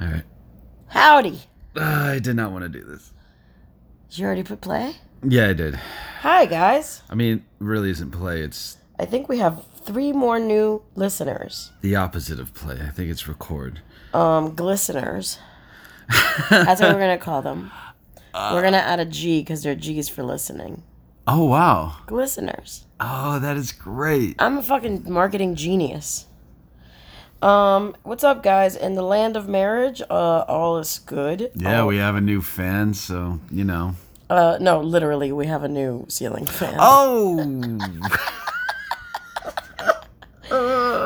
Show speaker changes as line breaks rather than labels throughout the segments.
All right.
Howdy.
Ah, I did not want to do this.
Did you already put play?
Yeah, I did.
Hi, guys.
I mean, it really isn't play. It's
I think we have three more new listeners,
the opposite of play. I think it's record.
um, glisteners. That's what we're going to call them. we're going to add a G because they're G's for listening.
Oh, wow.
Glisteners.
Oh, that is great.
I'm a fucking marketing genius. Um, what's up, guys? In the land of marriage, uh, all is good.
Yeah, we have a new fan, so, you know.
Uh, no, literally, we have a new ceiling fan.
Oh!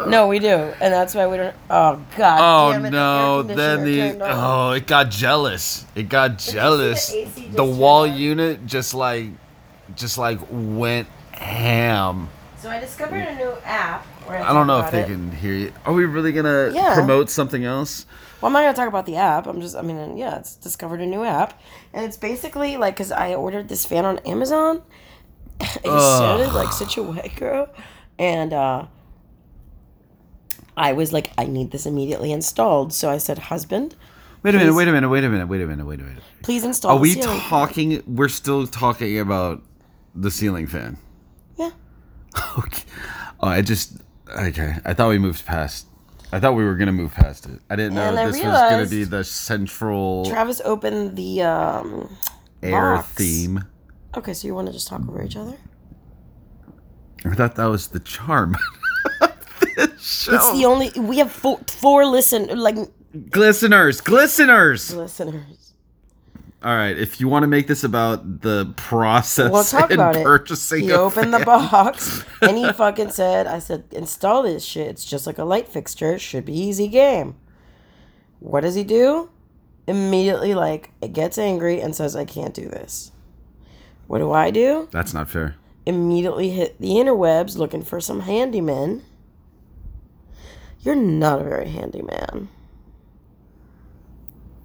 No, we do, and that's why we don't. Oh God!
Oh
damn it,
no!
The
Then the oh, it got jealous. It got jealous.
the AC
The,
just turned
wall
on?
unit just like, just like went ham.
So I discovered a new app. Where
I don't know if they can hear you. Are we really gonna
Yeah.
promote something else?
Well, I'm not gonna talk about the app. I'm just. I mean, yeah, it's discovered a new app, and it's basically like because I ordered this fan on Amazon. It just sounded like such a white girl, and uh, I was like, I need this immediately installed. So I said, husband,
Wait a minute!
Please.
Wait a minute! Wait a minute! Wait a minute! Wait a minute!
please install.
Are
the
we
ceiling fan."
talking? We're still talking about the ceiling fan.
Yeah.
Okay. Oh, I just okay. I thought we moved past. I thought we were gonna move past it. I didn't know
And I
this was gonna
realized-
be the central
Travis opened the um,
air
box.
theme.
Okay, so you want to just talk over each other?
I thought that was the charm. This
It's
show.
the only we have four, four listen like
glisteners, glisteners.
listeners.
All right, if you want to make this about the process
Well, talk
and
about it.
purchasing,
He
a
opened the
fan-
box and he fucking said, "I said install this shit. It's just like a light fixture. It should be easy game." What does he do? Immediately, like it gets angry and says, "I can't do this." What do I do?
That's not fair.
Immediately hit the interwebs looking for some handyman. You're not a very handy man.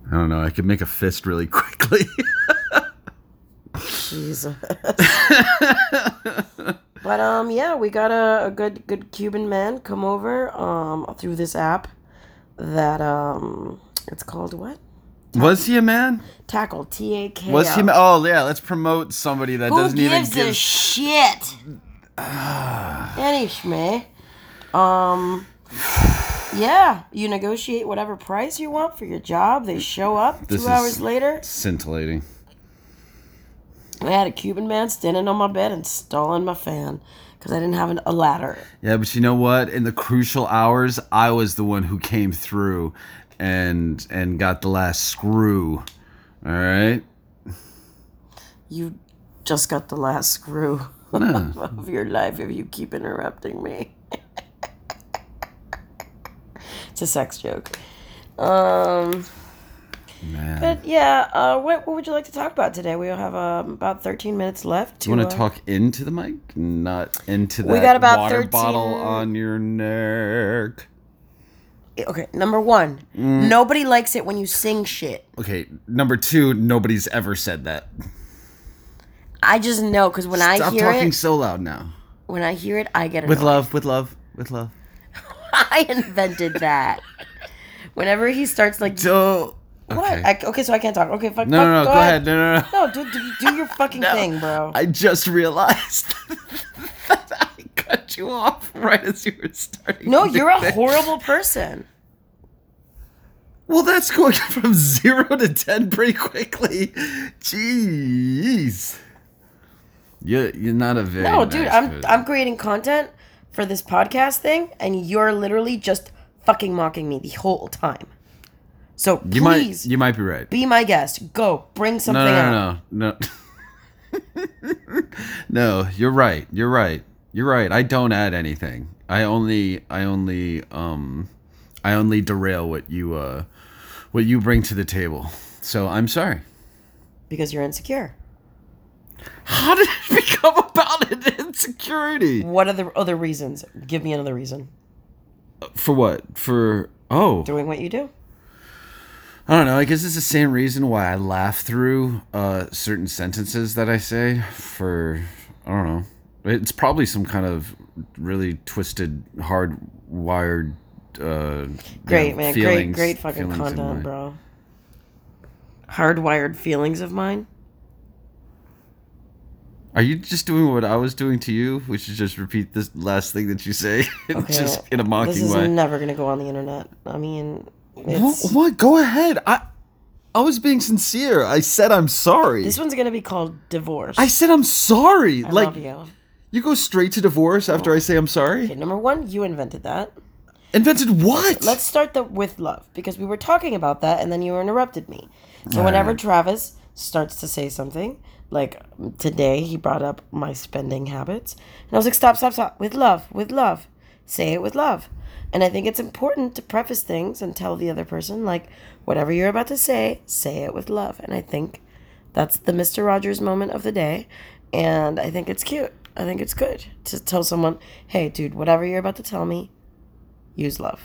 I don't know. I could make a fist really quickly.
Jesus. but um, yeah, we got a, a good good Cuban man come over um through this app that um it's called what
Was he a man?
tackle T A K.
Was he? Ma- oh yeah, let's promote somebody that
Who
doesn't even
gives
give. Ah.
a shit? Any schmeh. Um. Yeah, you negotiate whatever price you want for your job. They show up
This
two hours
is-
later.
Scintillating.
I had a Cuban man standing on my bed installing my fan because I didn't have an, a ladder.
Yeah, but you know what? In the crucial hours, I was the one who came through, and and got the last screw. All right.
You just got the last screw of your life if you keep interrupting me. it's a sex joke. Um,
Man.
but yeah, uh, what, what would you like to talk about today? We have um, about 13 minutes left. To,
You want
uh,
to talk into the mic, not into that
We got about
water
13
bottle on your neck.
Okay, number one,
Mm.
nobody likes it when you sing shit.
Okay, number two, nobody's ever said that.
I just know because when I
Stop
hear
talking
it,
so loud now.
when I hear it, I get
With
annoyed.
love, with love, with love.
I invented that. Whenever he starts like,
So, okay.
what? I, okay, so I can't talk. Okay, fuck.
no,
fuck,
no, no, go, ahead. No, no, no.
No, do, do, do your fucking thing, bro.
I just realized that I cut you off right as you were starting.
no,
to
you're a
think.
horrible person.
Well, that's going from zero to ten pretty quickly. Jeez. You're, you're not a very
No, dude,
nice
I'm
person.
I'm creating content for this podcast thing, and you're literally just fucking mocking me the whole time. So
You
please
might you might be right.
be my guest. Go bring something
No, no,
up.
no, no, no. no, you're right. You're right. You're right. I don't add anything. I only I only um I only derail what you uh what you bring to the table. So I'm sorry.
because you're insecure.
How did it become about an insecurity?
What are the other reasons? Give me another reason.
For what? For oh
Doing what you do.
I don't know. I guess it's the same reason why I laugh through uh, certain sentences that I say. For I don't know. It's probably some kind of really twisted, hardwired uh, you
Great,
know,
man.
feelings-
great, great fucking
feelings in
content,
my-
bro. Hardwired feelings of mine.
Are you just doing what I was doing to you, which is just repeat this last thing that you say, just in a
This
mocking
is
way?
never gonna go on the internet. I mean,
What,
it's,
what? Go ahead. I I was being sincere. I said I'm sorry.
this one's gonna be called divorce.
I said I'm sorry.
I
like
love you.
you go straight to divorce after I say I'm
Okay,
sorry.
number one, you invented that.
Invented what?
Let's start the with love because we were talking about that and then you interrupted me. So whenever Travis starts to say something, like today he brought up my spending habits, and I was like, stop, stop, stop, with love, with love, say it with love. And I think it's important to preface things and tell the other person like whatever you're about to say, say it with love. And I think that's the Mr. Rogers moment of the day, and I think it's cute. I think it's good to tell someone, "Hey, dude, whatever you're about to tell me, use love."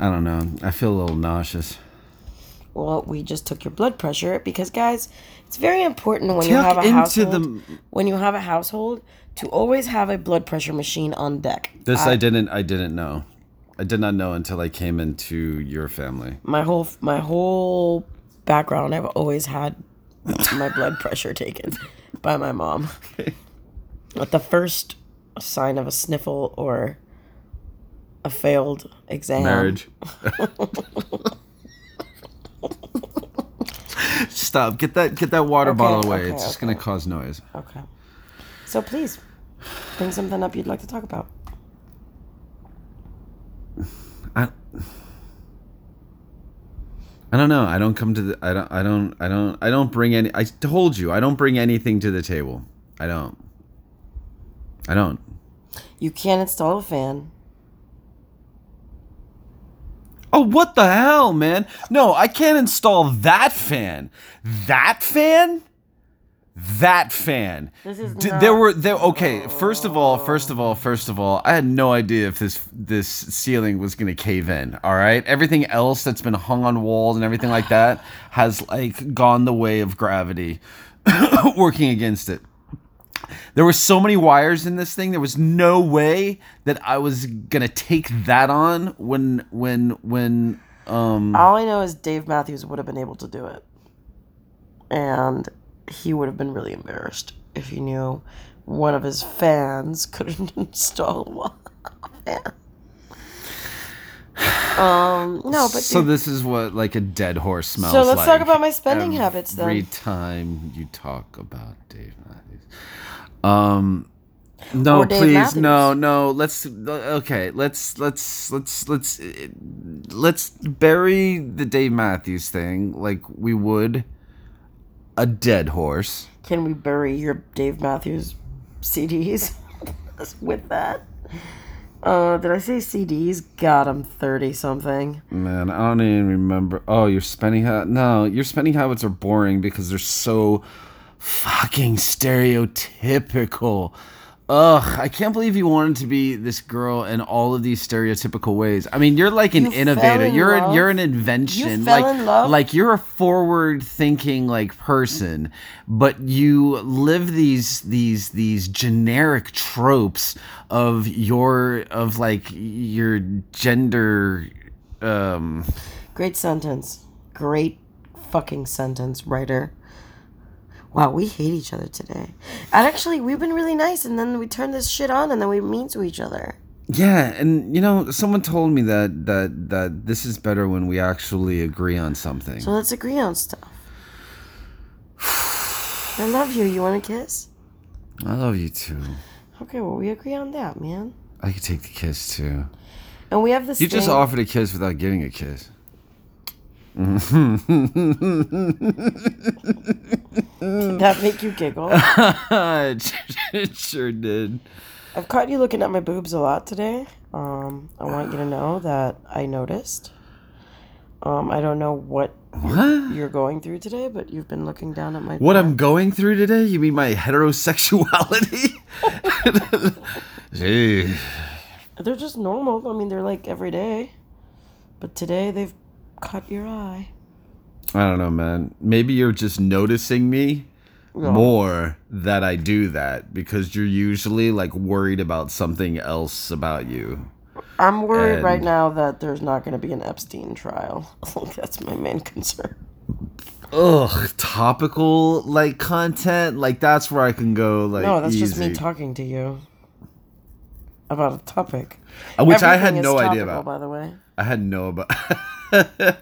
I don't know. I feel a little nauseous.
well, we just took your blood pressure because guys, it's very important when you
Tuck
have a
into
household
the-
when you have a household to always have a blood pressure machine on deck.
This I didn't. I didn't know. I did not know until I came into your family.
My whole my whole background, I've always had my blood pressure taken by my mom. At the first sign of a sniffle or a failed exam,
Marriage. Stop. Get that. Get that water bottle away.
okay,
it's just gonna cause noise.
Okay. So please bring something up you'd like to talk about.
I I don't know. I don't come to the I don't I don't I don't I don't bring any I told you I don't bring anything to the table. I don't. I don't.
You can't install a fan.
Oh, what the hell, man? No, I can't install that fan. That fan? That fan.
This is
D-
not-
there were there okay, first of all, first of all, first of all, I had no idea if this this ceiling was going to cave in, all right? Everything else that's been hung on walls and everything like that has like gone the way of gravity working against it. There were so many wires in this thing. There was no way that I was gonna take that on when when when um
All I know is Dave Matthews would have been able to do it. And he would have been really embarrassed if he knew one of his fans couldn't install one. um, no, but
so
dude,
this is what like a dead horse smells
so let's
like
talk about my spending habits
Every
then.
time you talk about Dave Matthews, um, no,
Or Dave
please,
Matthews.
no, no. Let's okay. Let's let's let's let's eh, let's bury the Dave Matthews thing like we would a dead horse.
Can we bury your Dave Matthews CDs with that? Uh, did I say CDs? God, I'm 30 something.
Man, I don't even remember. Oh, your spending habits. No, your spending habits are boring because they're so fucking stereotypical. Ugh, I can't believe you wanted to be this girl in all of these stereotypical ways. I mean, you're like an
You fell
innovator.
in
You're an,
love.
you're an invention.
You fell
like
in love.
like you're a forward thinking like person, but you live these these these generic tropes of your of like your gender um
Great sentence. Great fucking sentence, writer. Wow, we hate each other today. And actually, we've been really nice, and then we turn this shit on, and then we mean to each other.
Yeah, and you know, someone told me that that that this is better when we actually agree on something.
So let's agree on stuff. I love you. You want a kiss?
I love you too.
Okay, well, we agree on that, man.
I could take the kiss too.
And we have this.
You just
thing-
offered a kiss without giving a kiss.
Did that make you giggle?
it sure did.
I've caught you looking at my boobs a lot today. Um, I want you to know that I noticed. Um, I don't know what
What?
you're going through today, but you've been looking down at my.
What I'm going through today? You mean my heterosexuality? Gee.
They're just normal. I mean, they're like every day. But today they've caught your eye.
I don't know, man. Maybe you're just noticing me more that I do that because you're usually like worried about something else about you.
I'm worried right
And-
now that there's not going to be an Epstein trial. That's my main concern.
Ugh, topical like content, like that's where I can go like
No, that's
easy.
just me talking to you about a topic.
Uh, which I had
Everything is
no idea
topical,
about.
By the way,
I had no about.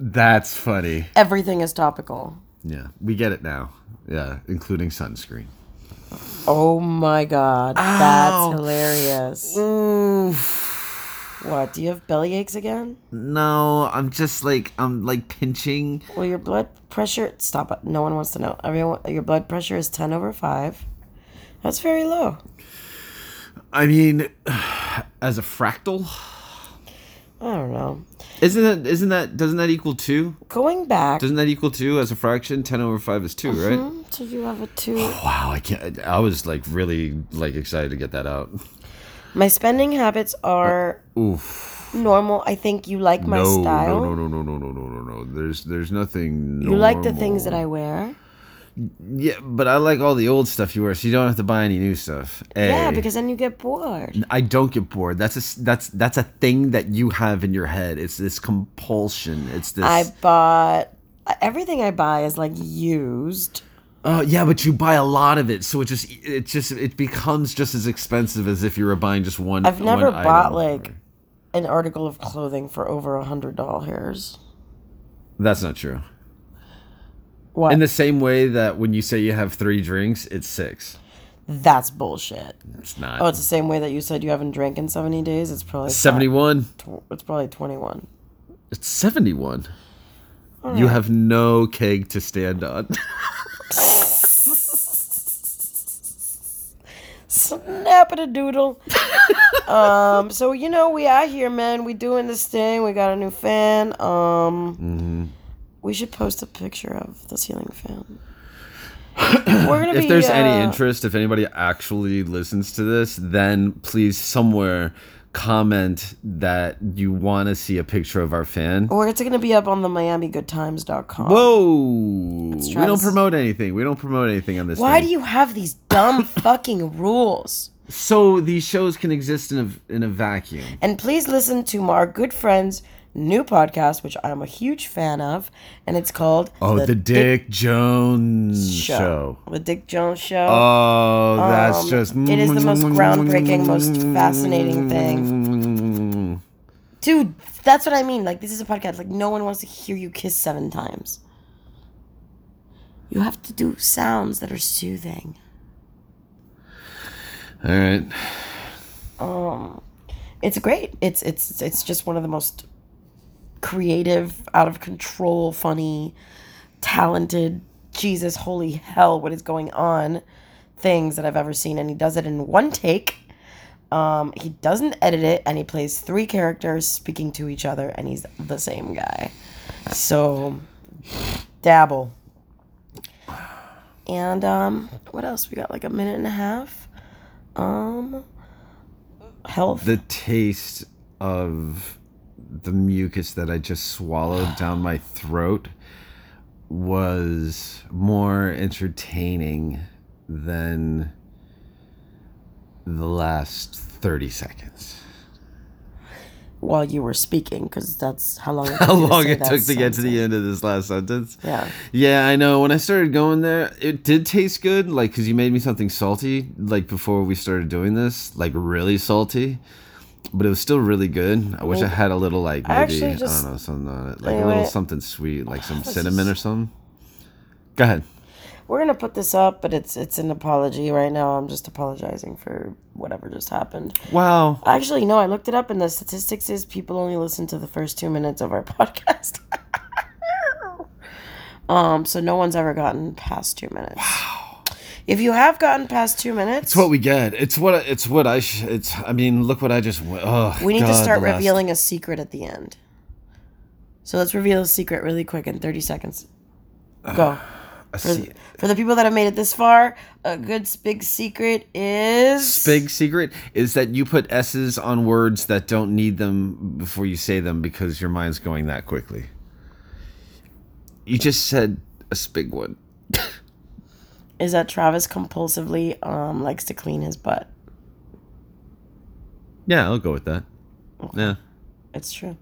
that's funny.
everything is topical.
Yeah, we get it now. Yeah, including sunscreen.
Oh my god,
Ow.
that's hilarious.
Oof.
What? Do you have belly aches again?
No, I'm just like I'm like pinching.
Well, your blood pressure. Stop it. No one wants to know. Everyone, your blood pressure is ten over five. That's very low.
I mean, as a fractal,
I don't know.
isn't that isn't that doesn't that equal two?
Going back,
Doesn't that equal two as a fraction? Ten over five is 2 right?
so you have a two.
Wow, I can't. I was like really like excited to get that out.
My spending habits are
Oof.
normal. I think you like my
no,
style.
no, no, no, no, no, no, no, no, no. There's there's nothing.
You like the things that I wear.
Yeah, but I like all the old stuff you wear, so you don't have to buy any new stuff.
Yeah,
A.
because then you get bored.
I don't get bored. That's a s- that's that's a thing that you have in your head. It's this compulsion. It's this.
I bought everything I buy is like used.
Oh yeah, but you buy a lot of it, so it just it just it becomes just as expensive as if you were buying just one.
I've never
one item.
bought like an article of clothing for over a hundred dollars.
That's not true.
What?
In the same way that when you say you have three drinks, it's six.
That's bullshit.
It's not.
Oh, it's the same way that you said you haven't drank in seventy days. It's probably seventy.
seventy-one.
It's probably twenty-one.
It's seventy-one. You have no keg to stand on.
Snap it a doodle. um. So you know we out here, man. We doing this thing. We got a new fan. Um.
Mm-hmm.
We should post a picture of the ceiling fan. We're gonna
if
be,
there's
uh,
any interest, if anybody actually listens to this, then please somewhere comment that you want to see a picture of our fan.
Or it's gonna be up on the MiamiGoodTimes.com.
Whoa! We
Oh. try
don't
this.
promote anything. We don't promote anything on this.
Why
thing.
do you have these dumb fucking rules?
So these shows can exist in a in a vacuum.
And please listen to my- our good friend's new podcast, which I'm a huge fan of, and it's called
Oh, the, Dick, Jones show.
The Dick Jones Show.
Oh, that's
Um,
just.
it is the most groundbreaking, most fascinating
thing.
Dude, that's what I mean. Like, this is a podcast. Like, no one wants to hear you kiss seven times. You have to do sounds that are soothing.
All right.
Um, it's great. It's it's it's just one of the most creative, out of control, funny, talented. Jesus, holy hell, what is going on? Things that I've ever seen, and he does it in one take. Um, he doesn't edit it, and he plays three characters speaking to each other, and he's the same guy. So, dabble. And um, what else? We got like a minute and a half. Um, health.
The taste of the mucus that I just swallowed down my throat was more entertaining than the last 30 seconds.
while you were speaking because that's how long it
How
took you
long
say
it
that
took to get to the
sentence.
end of this last sentence.
Yeah.
Yeah, I know. When I started going there, it did taste good. Like, cause you made me something salty, like before we started doing this, like really salty. But it was still really good. I wish I had a little like
I actually
maybe I,
just-
don't know something on it, like a
Anyway.
little something sweet, like some cinnamon or something. Go ahead.
We're gonna put this up, but it's it's an apology right now. I'm just apologizing for whatever just happened.
Wow.
Actually, no, I looked it up, and the statistics is people only listen to the first two minutes of our podcast. um, so no one's ever gotten past two minutes. Wow. If you have gotten past two minutes,
It's what we get. It's what. It's what I. Sh- it's. I mean, look what I just. w- Oh,
we need to
God,
start
the last-
revealing a secret at the end. So let's reveal a secret really quick in 30 seconds. Go.
a
For,
se-
for the people that have made it this far, a good s- big secret is
big secret is that you put s's on words that don't need them before you say them because your mind's going that quickly. You just said a spig one.
is that Travis compulsively um likes to clean his butt.
Yeah, I'll go with that. Yeah.
It's true.